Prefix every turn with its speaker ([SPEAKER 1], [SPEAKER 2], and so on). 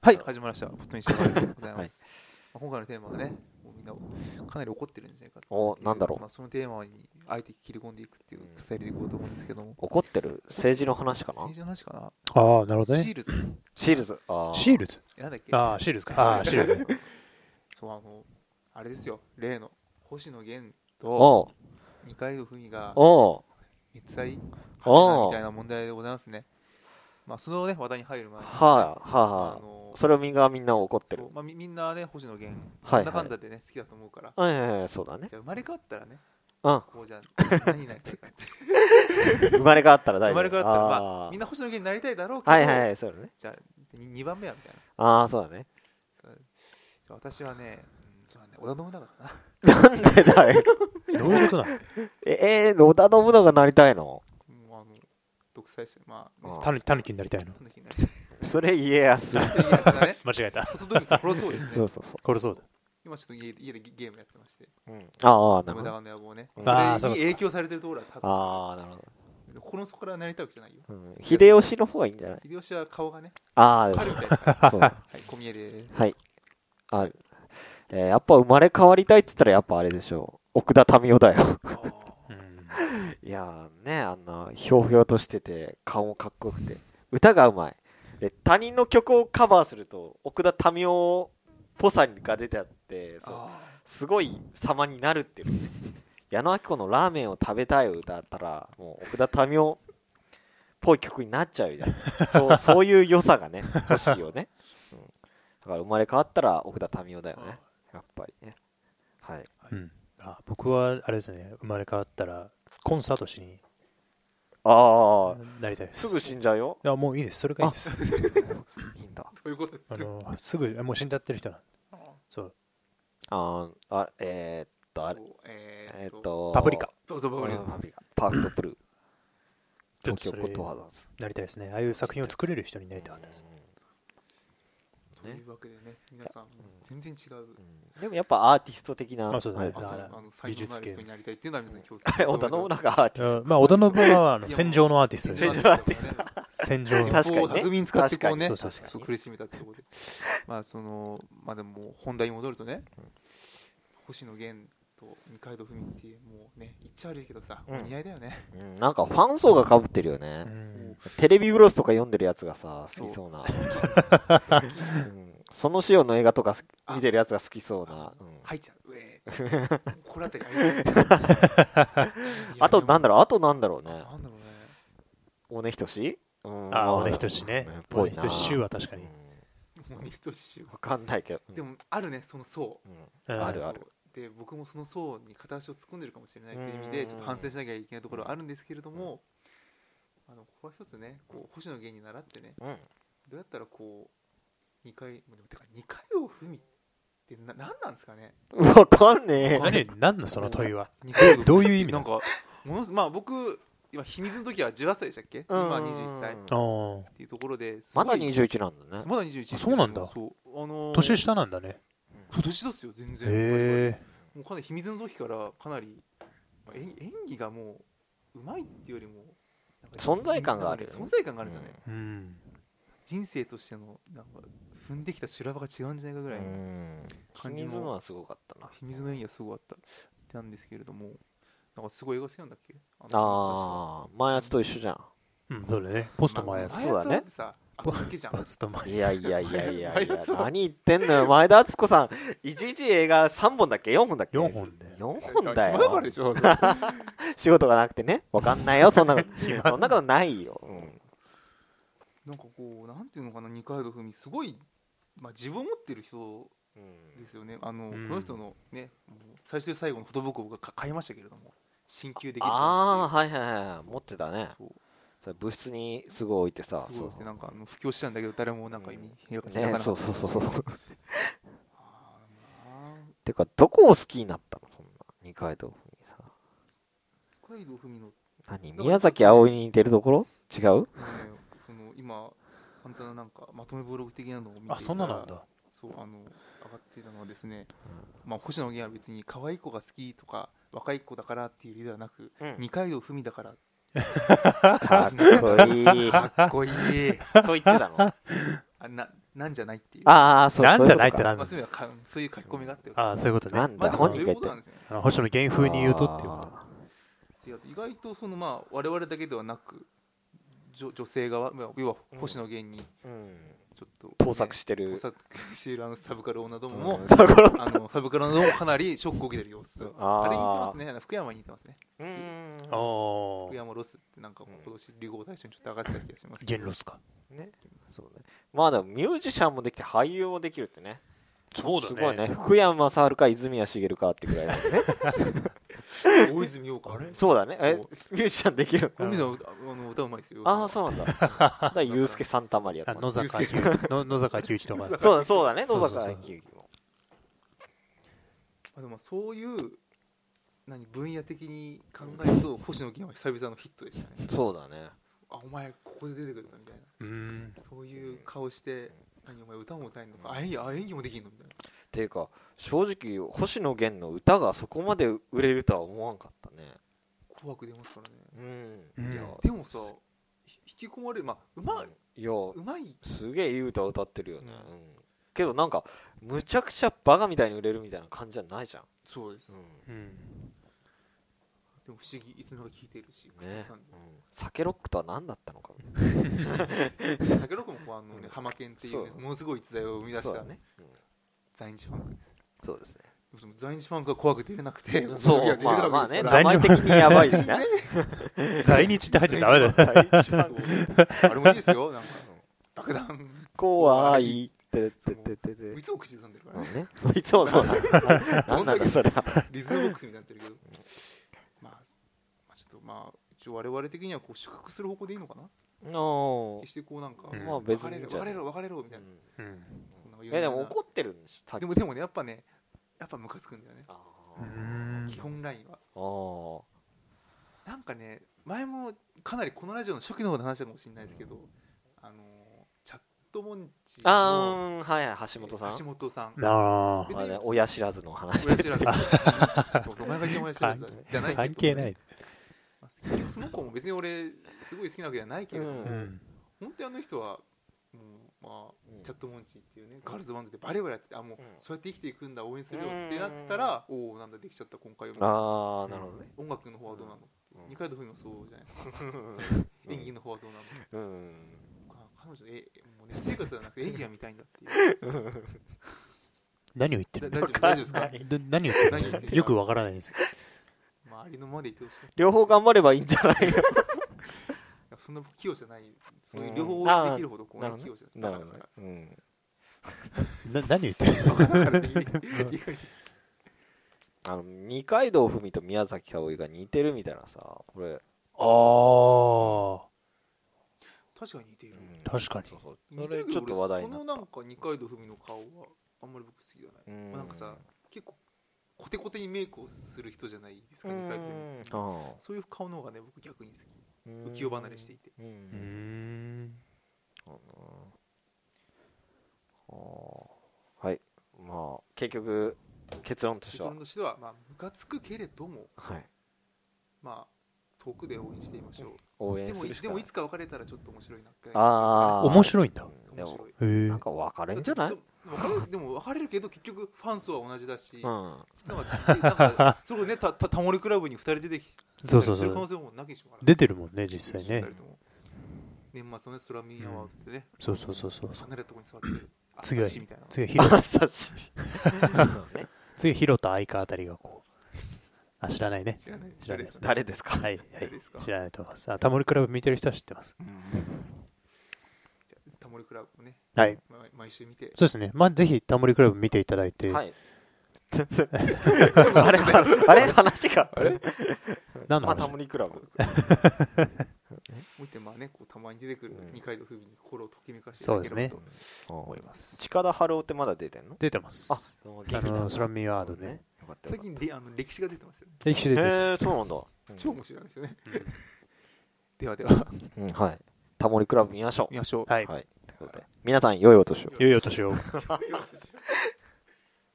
[SPEAKER 1] はい
[SPEAKER 2] 始まりました。ポットにしてもらでございます。
[SPEAKER 1] はい
[SPEAKER 2] まあ今回のテーマはね、もうみんなかなり怒ってるんじゃないかっていう
[SPEAKER 1] おなんだろう
[SPEAKER 2] まあ、そのテーマにあえて切り込んでいくっていうスタイルでいこうと思うんですけども、
[SPEAKER 1] 怒ってる政治の話かな
[SPEAKER 2] 政治の話かな、
[SPEAKER 3] ああ、なるほど
[SPEAKER 2] シ
[SPEAKER 3] ね。
[SPEAKER 2] ールズ、
[SPEAKER 1] シールズあー
[SPEAKER 3] シールズ
[SPEAKER 2] えなんだっけ
[SPEAKER 3] ああ、シールズか。ああー、シールズ。
[SPEAKER 2] そうあの、あれですよ、例の星野源と
[SPEAKER 1] おう
[SPEAKER 2] 二階堂ふみが
[SPEAKER 1] おう
[SPEAKER 2] 熱愛
[SPEAKER 1] おう
[SPEAKER 2] みたいな問題でございますね。まあ、そのね、話題に入る前に、
[SPEAKER 1] はあ
[SPEAKER 2] あ
[SPEAKER 1] は
[SPEAKER 2] の
[SPEAKER 1] あそれをみんなみんな怒って
[SPEAKER 2] そ
[SPEAKER 1] る
[SPEAKER 2] うまあ、みみんなね、星野源、
[SPEAKER 1] はいは
[SPEAKER 2] な
[SPEAKER 1] い
[SPEAKER 2] んだかんだでね、好きだと思うから、
[SPEAKER 1] はいはいはいそうだね
[SPEAKER 2] じゃあ生まれ変わったらね、
[SPEAKER 1] うん
[SPEAKER 2] こうじゃ何になりたいかって。
[SPEAKER 1] 生まれ変わったら
[SPEAKER 2] 生
[SPEAKER 1] 大丈夫
[SPEAKER 2] まれ変わったら、まあ、
[SPEAKER 1] あ
[SPEAKER 2] み
[SPEAKER 1] ー
[SPEAKER 2] んな星野源になりたいだろうけど、
[SPEAKER 1] はいはいはいそうだね
[SPEAKER 2] じゃあ、2番目はみたいな。
[SPEAKER 1] ああそうだね
[SPEAKER 2] じゃあ私はね、うんそうだね、織田信長だな。
[SPEAKER 1] なんでだよ
[SPEAKER 3] どういうことなの
[SPEAKER 1] ええー、織田信長になりたいの
[SPEAKER 2] もうあの、独裁者、まあ、
[SPEAKER 1] あ
[SPEAKER 2] ね、
[SPEAKER 1] ー
[SPEAKER 3] タヌタヌキになりたいの
[SPEAKER 2] なんだっけなりたい。
[SPEAKER 1] それ家康
[SPEAKER 2] いいやつだね。
[SPEAKER 3] 間違えた。
[SPEAKER 2] ホトトギさん殺そうです
[SPEAKER 1] そ
[SPEAKER 2] ね
[SPEAKER 1] う。そうそ
[SPEAKER 3] これそうだ。
[SPEAKER 2] 今ちょっと家で家でゲームやってまして、
[SPEAKER 1] う、うん、ああな
[SPEAKER 2] 信
[SPEAKER 1] るほど
[SPEAKER 2] 長の野望ね。
[SPEAKER 1] うん
[SPEAKER 2] そ
[SPEAKER 3] あー
[SPEAKER 2] れに
[SPEAKER 3] そうかそうか
[SPEAKER 2] 影響されてるところは多分
[SPEAKER 1] ああなるほど、
[SPEAKER 2] 心の底からなりたいわけじゃないよ。
[SPEAKER 1] うん、秀吉の方がいいんじゃない
[SPEAKER 2] 秀吉は顔がね、
[SPEAKER 1] あ
[SPEAKER 2] 彼みたいな。
[SPEAKER 1] あそうだ
[SPEAKER 2] はい、小宮で
[SPEAKER 1] はい。あ、えーやっぱ生まれ変わりたいっつったらやっぱあれでしょう。奥田民生だよ。
[SPEAKER 3] うん。
[SPEAKER 1] いやーね、あんなひょうひょうとしてて、顔もかっこよくて、歌がうまい。で、他人の曲をカバーすると、奥田民生っぽさが出てあって、そう
[SPEAKER 2] あ
[SPEAKER 1] すごい様になるっていう。矢野明子のラーメンを食べたいを歌ったら、もう奥田民生っぽい曲になっちゃうじゃん。 そう、そういう良さがね、欲しいよね。うん、だから生まれ変わったら奥田民生だよね。やっぱりね。はい。
[SPEAKER 3] うん、あ僕はあれですね、生まれ変わったらコンサートしに
[SPEAKER 1] ああ、
[SPEAKER 3] なりたいです。
[SPEAKER 1] すぐ死んじゃう よ。
[SPEAKER 3] あもういいです、それがいいです。
[SPEAKER 1] いいんだ。
[SPEAKER 2] ということで
[SPEAKER 3] あ
[SPEAKER 2] すよ。
[SPEAKER 3] のすぐあもう死んじゃってる人なんでそう
[SPEAKER 1] あーあ、えーっと、あれ、
[SPEAKER 2] そうえ
[SPEAKER 1] え
[SPEAKER 2] ー
[SPEAKER 1] ー
[SPEAKER 2] っと、
[SPEAKER 1] っと、
[SPEAKER 3] パプリカ。
[SPEAKER 2] どうぞ、
[SPEAKER 1] う
[SPEAKER 2] バ
[SPEAKER 1] ん。
[SPEAKER 2] ブリ
[SPEAKER 1] パプリカ。パーフェクトブルー。
[SPEAKER 3] ちょっと
[SPEAKER 1] 東京コッ
[SPEAKER 3] それ
[SPEAKER 1] トハザーズ。
[SPEAKER 3] なりたいですね。ああいう作品を作れる人になりたかったです。
[SPEAKER 2] というわけでね、皆さん、全然違う。
[SPEAKER 1] うんでもやっぱアーティスト的な。
[SPEAKER 3] まあそうだね
[SPEAKER 1] れ
[SPEAKER 2] あ
[SPEAKER 3] だ
[SPEAKER 2] そ
[SPEAKER 3] か
[SPEAKER 2] う
[SPEAKER 3] ら
[SPEAKER 2] あの才
[SPEAKER 3] 美
[SPEAKER 2] 能のあ
[SPEAKER 3] 術
[SPEAKER 2] る
[SPEAKER 3] 系
[SPEAKER 2] 人になりたいっていうのは皆さん共通
[SPEAKER 1] あ れ、織田信長アーティス
[SPEAKER 3] うんまあ、織田信長はあの
[SPEAKER 2] いや
[SPEAKER 3] 戦場のアーティストです
[SPEAKER 1] 戦
[SPEAKER 3] よ
[SPEAKER 1] 場。
[SPEAKER 2] なんですよね。
[SPEAKER 3] 戦場の
[SPEAKER 1] 確かにね
[SPEAKER 2] こう巧みに使ってこうね、
[SPEAKER 3] 確かにそうそうそう
[SPEAKER 2] そう苦しめたってことで。まあ、その、まあでも、本題に戻るとね、星野源と二階堂ふみっていう、もうね、言っちゃ悪いけどさ、
[SPEAKER 1] うん
[SPEAKER 2] お似合いだよね。
[SPEAKER 1] ト。うんなんかファン層が被ってるよ
[SPEAKER 3] う
[SPEAKER 1] ね。
[SPEAKER 3] ん
[SPEAKER 1] テレビブロスとか読んでるやつがさ、好きそう な。うんその仕様の映画とか見てるやつが好きそうな。うん
[SPEAKER 2] 入っちゃう。うえーこれあたりがいい。
[SPEAKER 1] あとなんだ
[SPEAKER 2] ろ
[SPEAKER 1] ろう、あとなんだろうね。
[SPEAKER 2] なんだろうね。
[SPEAKER 1] 尾根仁志うん
[SPEAKER 3] ああ、小田仁ね。
[SPEAKER 1] ぽ
[SPEAKER 3] 小
[SPEAKER 1] い
[SPEAKER 3] 田
[SPEAKER 1] な
[SPEAKER 3] 仁志は確かに
[SPEAKER 1] うん。
[SPEAKER 2] もう二等集
[SPEAKER 1] わかんないけど。うん
[SPEAKER 2] でもあるねその層
[SPEAKER 1] うん
[SPEAKER 3] うん
[SPEAKER 1] あるある
[SPEAKER 2] そうで僕もその層に片足を突っ込んでるかもしれないという意味
[SPEAKER 1] う
[SPEAKER 2] で
[SPEAKER 1] ん
[SPEAKER 2] ちょっと反省しなきゃいけないところはあるんですけれどもあのここは一つねこう星野源に習ってね
[SPEAKER 1] うん
[SPEAKER 2] どうやったらこう2回でもてか2回を踏みってな何なんですかね
[SPEAKER 1] わかんねえ。
[SPEAKER 3] 何何のその問いは
[SPEAKER 2] 二階堂
[SPEAKER 3] どういう意味
[SPEAKER 2] な
[SPEAKER 3] なんの
[SPEAKER 2] かものすまあ僕今秘密の時は18歳でしたっけ今
[SPEAKER 1] うん
[SPEAKER 2] 21歳っ
[SPEAKER 3] あー
[SPEAKER 2] ていうところですご
[SPEAKER 1] ま
[SPEAKER 2] い
[SPEAKER 1] だ21なんだね。
[SPEAKER 2] まだ21
[SPEAKER 3] あそうなんだ
[SPEAKER 2] そうあのー
[SPEAKER 3] 年下なんだね。
[SPEAKER 2] そう年ですよ全然
[SPEAKER 3] へ
[SPEAKER 2] もうかなり秘密の時からかなりえん演技がもううまいっていうよりもなんか
[SPEAKER 1] 存在感がある
[SPEAKER 2] 存在感があるんだね、
[SPEAKER 3] え。うん。
[SPEAKER 2] 人生としてのなんか踏んできた修羅場が違うんじゃないかぐ
[SPEAKER 1] う
[SPEAKER 2] らい、
[SPEAKER 1] ん。
[SPEAKER 2] 感
[SPEAKER 1] 感
[SPEAKER 2] じ
[SPEAKER 1] じ
[SPEAKER 2] の
[SPEAKER 1] るのはすごかったな。
[SPEAKER 2] 秘密の演技がすごかったなんですけれどもなんかすごい映画好きなんだっけあの
[SPEAKER 1] ああ、前やつと一緒じゃん。
[SPEAKER 3] うん、そうだね。ポスト前や
[SPEAKER 2] まあ
[SPEAKER 3] つ。
[SPEAKER 1] そうだね
[SPEAKER 2] 前奴はさあ好きじゃん
[SPEAKER 3] ポスト前。
[SPEAKER 1] いやいやいやいや
[SPEAKER 2] 前
[SPEAKER 1] いや
[SPEAKER 2] 田敦、子
[SPEAKER 1] 何言ってんのよ。前田敦子さん、いちいち映画3本だっけ ?4 本だっけ
[SPEAKER 3] 4。本で。
[SPEAKER 1] 4本だ
[SPEAKER 2] 暇だから
[SPEAKER 1] よ
[SPEAKER 2] で。しょ
[SPEAKER 1] 仕事がなくてね。わかんないよ、そん なこと。そんなことないよ。うん
[SPEAKER 2] なんかこうなんていうのかな二階堂ふみすごい、まあ、自分を持ってる人
[SPEAKER 1] うん
[SPEAKER 2] ですよね、あの、
[SPEAKER 3] うん
[SPEAKER 2] この人のね、もう最終最後のフォトブックを僕がか買いましたけれども、進級できる
[SPEAKER 1] ああ、はいはいはい。持ってたね。
[SPEAKER 2] そう
[SPEAKER 1] それ部室にすぐ置いてさ。
[SPEAKER 2] すごい
[SPEAKER 1] そ
[SPEAKER 2] っ
[SPEAKER 1] う
[SPEAKER 2] て、なんかあの布教したんだけど、誰もなんか意味、開かなか、っ
[SPEAKER 1] ね
[SPEAKER 2] た
[SPEAKER 1] そうそうそうそう。
[SPEAKER 2] あーまあ
[SPEAKER 1] てか、どこを好きになったのそんな。二階堂ふみさん。
[SPEAKER 2] 北海道文の、ね、
[SPEAKER 1] 何宮崎あおいに似てるところ違う
[SPEAKER 2] その今、簡単ななんか、まとめブログ的なのを見ていたら
[SPEAKER 3] あ、そんななんだ。
[SPEAKER 2] そう、あの、上がっていたのはですね、まあ、星野源は別に可愛い子が好きとか、若い子だからっていう理由ではなく、二階堂ふみだから、
[SPEAKER 1] かっこいい。
[SPEAKER 2] かっこいい。
[SPEAKER 1] そう言ってたの
[SPEAKER 2] あななんじゃないっていう
[SPEAKER 1] ああ、そう
[SPEAKER 3] なんじゃないっ
[SPEAKER 1] そう
[SPEAKER 3] て
[SPEAKER 1] うこ
[SPEAKER 3] なん
[SPEAKER 2] ま
[SPEAKER 3] だ
[SPEAKER 2] あ、そういうのはかそういう書き込みがあって
[SPEAKER 3] ああ、そういうこと
[SPEAKER 1] とかな
[SPEAKER 3] ね。
[SPEAKER 1] ん
[SPEAKER 2] まあ、で
[SPEAKER 1] だ、
[SPEAKER 2] もそう
[SPEAKER 1] 本人
[SPEAKER 2] いう
[SPEAKER 1] が
[SPEAKER 2] こと
[SPEAKER 1] 言って
[SPEAKER 2] なんで
[SPEAKER 1] る
[SPEAKER 2] すよね
[SPEAKER 3] あの星野源風に言うとっていうこと
[SPEAKER 1] あ
[SPEAKER 2] であと意外とそのまあ我々だけではなく女女性側、まあ、要は星野源にち
[SPEAKER 1] ーうん
[SPEAKER 2] ょっと、
[SPEAKER 1] 盗作してる
[SPEAKER 2] 盗作しているあのサブカル女どもも、
[SPEAKER 1] うんだから
[SPEAKER 2] あのサブカル女どももかなりショックを受けてる様子
[SPEAKER 1] あー
[SPEAKER 2] あれに似てますねあの福山に似てますね
[SPEAKER 1] うん
[SPEAKER 3] あ
[SPEAKER 2] 福
[SPEAKER 3] あ、
[SPEAKER 2] 山ロスってなんかもう今年流行大賞にちょっと上がってた気がします
[SPEAKER 3] ゲンロスか。
[SPEAKER 1] ねそうねまあでもミュージシャンもできて俳優もできるってね
[SPEAKER 3] そうだ
[SPEAKER 1] す
[SPEAKER 3] ね
[SPEAKER 1] ごいね福山雅治か泉谷茂かってぐらいだ ね
[SPEAKER 2] 大泉洋かあれ
[SPEAKER 1] そうだねえ
[SPEAKER 2] そ
[SPEAKER 1] ミュージシャンできる
[SPEAKER 2] 大泉洋あの歌うまいですよ
[SPEAKER 1] ああそうなんだだ からユースケ・サンタマリア
[SPEAKER 3] あ
[SPEAKER 1] とかね
[SPEAKER 3] 野坂昭之の野坂昭之とか。
[SPEAKER 1] そうだそうだね
[SPEAKER 3] そうそ
[SPEAKER 1] 野
[SPEAKER 3] うそう
[SPEAKER 1] 坂昭之も
[SPEAKER 2] まあでもそういう何分野的に考えると星野源は久々のヒットでしたね
[SPEAKER 1] そうだね
[SPEAKER 2] あお前ここで出てくるのみたいう
[SPEAKER 3] ーん。
[SPEAKER 2] なそういう顔して何お前歌も歌えんのかあ演技あ演技もできんのみたいな
[SPEAKER 1] っていうか正直星野源の歌がそこまで売れるとは思わんかったね
[SPEAKER 2] 怖く出ますからね
[SPEAKER 1] うん、
[SPEAKER 3] うん
[SPEAKER 1] いや
[SPEAKER 2] でもさひ引き込まれるまあうまい
[SPEAKER 1] いや
[SPEAKER 2] うまい
[SPEAKER 1] すげえいい歌歌ってるよね、
[SPEAKER 2] うん
[SPEAKER 1] うんけどなんかむちゃくちゃバカみたいに売れるみたいな感じじゃないじゃん、
[SPEAKER 2] そうです、
[SPEAKER 1] う
[SPEAKER 2] でも
[SPEAKER 3] うん。
[SPEAKER 2] 不思議いつの間に聞いてるし
[SPEAKER 1] ん
[SPEAKER 2] 口
[SPEAKER 1] ね
[SPEAKER 2] ずさんで
[SPEAKER 1] うん、酒ロックとは何だったのかみたいな
[SPEAKER 2] 酒ロコもこうあの
[SPEAKER 1] うん
[SPEAKER 2] ね浜県っていうね
[SPEAKER 1] そう
[SPEAKER 2] ものすごい逸材を生み出し
[SPEAKER 1] そうだ
[SPEAKER 2] た
[SPEAKER 1] ね、うん
[SPEAKER 2] 在日ファンクです
[SPEAKER 1] そうですね
[SPEAKER 2] でも在日ファンクが怖くて出れなくて
[SPEAKER 1] そ
[SPEAKER 2] 星野
[SPEAKER 1] う
[SPEAKER 2] 源
[SPEAKER 1] まあま
[SPEAKER 2] は
[SPEAKER 1] あ
[SPEAKER 2] 出れ
[SPEAKER 1] ね
[SPEAKER 2] る
[SPEAKER 1] 名
[SPEAKER 2] わ
[SPEAKER 1] 前的にやばいし ね
[SPEAKER 3] 在日って入ってダメだよ。
[SPEAKER 1] 第一番
[SPEAKER 2] けですからあれもいいですよなんか爆弾
[SPEAKER 1] 怖いってってってってて
[SPEAKER 2] いつも口ずさんでるか
[SPEAKER 1] う
[SPEAKER 2] らね
[SPEAKER 1] んね、いつもそうだなんなんだそれは
[SPEAKER 2] リズムボックスみたいになってるけどまあまあちょっとまあ一応我々的にはこう祝福する方向でいいのかな
[SPEAKER 1] の
[SPEAKER 2] 決してこうなんか
[SPEAKER 3] うん
[SPEAKER 1] まあ別にいいんじ
[SPEAKER 2] 別
[SPEAKER 1] ゃない
[SPEAKER 2] れろ別れろ別れろみたいな
[SPEAKER 3] うん。
[SPEAKER 2] そんな言うよ
[SPEAKER 1] うん
[SPEAKER 2] うな
[SPEAKER 1] えでも怒ってるんでしょさっき
[SPEAKER 2] でもでもねやっぱねやっぱムカつくんだよね
[SPEAKER 1] あ
[SPEAKER 3] うーん
[SPEAKER 2] 基本ラインは
[SPEAKER 1] ーあ
[SPEAKER 2] なんかね前もかなりこのラジオの初期の方で話したかもしれないですけどあのーチャットモンチー
[SPEAKER 1] ーあーうんはいはい橋本さん
[SPEAKER 2] 橋本さ ん
[SPEAKER 3] あ
[SPEAKER 1] まあね、親知らずの話
[SPEAKER 2] 親知 らずそうそうお前が一番親知らずだねじゃな
[SPEAKER 3] あ、
[SPEAKER 2] いけど
[SPEAKER 3] 関係ない。
[SPEAKER 2] まあ結局その子も別に俺すごい好きなわけじゃないけれど、
[SPEAKER 1] うん
[SPEAKER 3] うん。
[SPEAKER 2] 本当にあの人はもうまあチャットモンチーっていうねガールズバンドでバレバレやっててあもう
[SPEAKER 1] うん
[SPEAKER 2] そうやって生きていくんだ応援するよってなったらおおーなんだできちゃった今回は
[SPEAKER 1] ああなるほどね、
[SPEAKER 2] 音楽の方はどうなの
[SPEAKER 1] うん
[SPEAKER 2] 二階堂ふみも そうじゃないですか
[SPEAKER 1] うん
[SPEAKER 2] 演技の方はどうなの
[SPEAKER 1] うん
[SPEAKER 2] か彼女えもうね私生活じゃな くて演技が見たいんだっていう
[SPEAKER 3] 何を言って
[SPEAKER 2] だ
[SPEAKER 3] る
[SPEAKER 2] 大丈夫大丈
[SPEAKER 3] の
[SPEAKER 2] 夫ですか、
[SPEAKER 3] ど何を言って
[SPEAKER 2] 何を言っ
[SPEAKER 3] る
[SPEAKER 2] て
[SPEAKER 3] の
[SPEAKER 2] る
[SPEAKER 3] よくわからないんですけど。
[SPEAKER 2] まあ、ありのままでいてほしいい
[SPEAKER 1] 両方頑張ればいいんじゃないの
[SPEAKER 2] やそんな器用じゃないそういう
[SPEAKER 1] うん
[SPEAKER 2] 両方できるほどこう、
[SPEAKER 1] な
[SPEAKER 2] ね
[SPEAKER 1] るほど
[SPEAKER 2] 器用
[SPEAKER 1] ね
[SPEAKER 2] じゃ
[SPEAKER 1] な
[SPEAKER 2] ないだか
[SPEAKER 1] るほ
[SPEAKER 2] ら
[SPEAKER 1] どねうん
[SPEAKER 3] な何言ってる
[SPEAKER 2] バカだからって言い言い返し
[SPEAKER 1] あの二階堂ふみと宮崎葵が似てるみたいなさこれ、
[SPEAKER 3] の
[SPEAKER 2] 確かに似ている、
[SPEAKER 3] 確かに
[SPEAKER 1] そうそう
[SPEAKER 2] 似て
[SPEAKER 1] それ
[SPEAKER 2] るけ
[SPEAKER 1] ち
[SPEAKER 2] ど
[SPEAKER 1] ょっと話題
[SPEAKER 2] 俺
[SPEAKER 1] にな
[SPEAKER 2] そ
[SPEAKER 1] っ
[SPEAKER 2] のなんか二階堂ふみの顔はあんまり僕好きじゃない、
[SPEAKER 1] た
[SPEAKER 2] なんかさ結構コテコテにメイクをする人じゃないですか
[SPEAKER 1] う
[SPEAKER 2] 二
[SPEAKER 1] ん
[SPEAKER 2] 階堂ふみって
[SPEAKER 1] ああ
[SPEAKER 2] そういう顔の方がね僕逆に好き
[SPEAKER 1] うん
[SPEAKER 2] 浮世離れしていて
[SPEAKER 1] う
[SPEAKER 3] うんん。
[SPEAKER 1] かなあーはいまあ結局結論とし
[SPEAKER 2] 結
[SPEAKER 1] ては
[SPEAKER 2] 論としてはまあムカつくけれども
[SPEAKER 1] はい
[SPEAKER 2] まあ遠くで応援していましょう
[SPEAKER 1] 応
[SPEAKER 2] で
[SPEAKER 1] 援
[SPEAKER 2] も
[SPEAKER 1] す
[SPEAKER 2] い
[SPEAKER 1] るし
[SPEAKER 2] でも
[SPEAKER 1] かない
[SPEAKER 2] いつか別れたらちょっと面白いなって
[SPEAKER 1] あー
[SPEAKER 3] 面白いんだ。
[SPEAKER 1] うんで
[SPEAKER 2] 面
[SPEAKER 1] も
[SPEAKER 2] 白い
[SPEAKER 3] へえ
[SPEAKER 1] なん。か分かれんじゃない
[SPEAKER 2] でもでも別れるでも別れるけど結局ファン層は同じだし、
[SPEAKER 1] う
[SPEAKER 2] なん
[SPEAKER 1] ん
[SPEAKER 2] かなんかそれこそねたたタモリクラブに2人出てき
[SPEAKER 3] そうそう
[SPEAKER 2] す
[SPEAKER 3] そ
[SPEAKER 2] る可能
[SPEAKER 3] う。
[SPEAKER 2] 性もなきにしもあらず
[SPEAKER 3] 出てるもんね、実際ね
[SPEAKER 2] 二人。とも年末のねストラミンアワードでね、
[SPEAKER 3] そうそうそうそう。
[SPEAKER 2] 離れたとこに座ってる
[SPEAKER 3] 次は
[SPEAKER 2] 足みたいな
[SPEAKER 3] 次はヒロ、
[SPEAKER 1] アナスタシーね
[SPEAKER 3] 次はヒロと相川あたりがこう。あ、知らないね。
[SPEAKER 2] 知らない
[SPEAKER 3] 知らないです
[SPEAKER 1] 誰ですか
[SPEAKER 3] はい、は
[SPEAKER 2] 誰
[SPEAKER 3] い
[SPEAKER 2] ですか。
[SPEAKER 3] 知らないと思います。あ、タモリクラブ見てる人は知ってます。
[SPEAKER 2] じゃあタモリクラブもね、
[SPEAKER 3] はい。
[SPEAKER 2] ま毎週見て
[SPEAKER 3] そうですね。まあ、ぜひタモリクラブ見ていただいて。
[SPEAKER 1] はい。あれ、あれ、話が。あれ
[SPEAKER 3] 何の
[SPEAKER 1] まあ、タ
[SPEAKER 3] 話
[SPEAKER 1] モリクラブ。
[SPEAKER 2] もう一点まあねこうたまに出てくる
[SPEAKER 1] うん
[SPEAKER 2] 二階堂ふみに心をときめかせていただければと思います
[SPEAKER 1] 近田春夫ってまだ出てんの
[SPEAKER 3] 出てます。
[SPEAKER 1] あ、
[SPEAKER 3] あの、ソラミワードね。。
[SPEAKER 1] よかった
[SPEAKER 2] 最
[SPEAKER 1] よかっ
[SPEAKER 2] 近であの歴史が出てますよね
[SPEAKER 3] で一緒
[SPEAKER 1] た。
[SPEAKER 3] に出てる。
[SPEAKER 1] へえ、そうなんだ。
[SPEAKER 2] 超面白いですよね、
[SPEAKER 3] うん
[SPEAKER 2] ではでは
[SPEAKER 1] うん、はい。タモリクラブ見ましょう。
[SPEAKER 2] 見ましょう
[SPEAKER 3] はい。
[SPEAKER 1] はい。ということで皆さん、良いお年を。
[SPEAKER 3] 良いお年
[SPEAKER 2] よ
[SPEAKER 3] を。
[SPEAKER 2] ろしく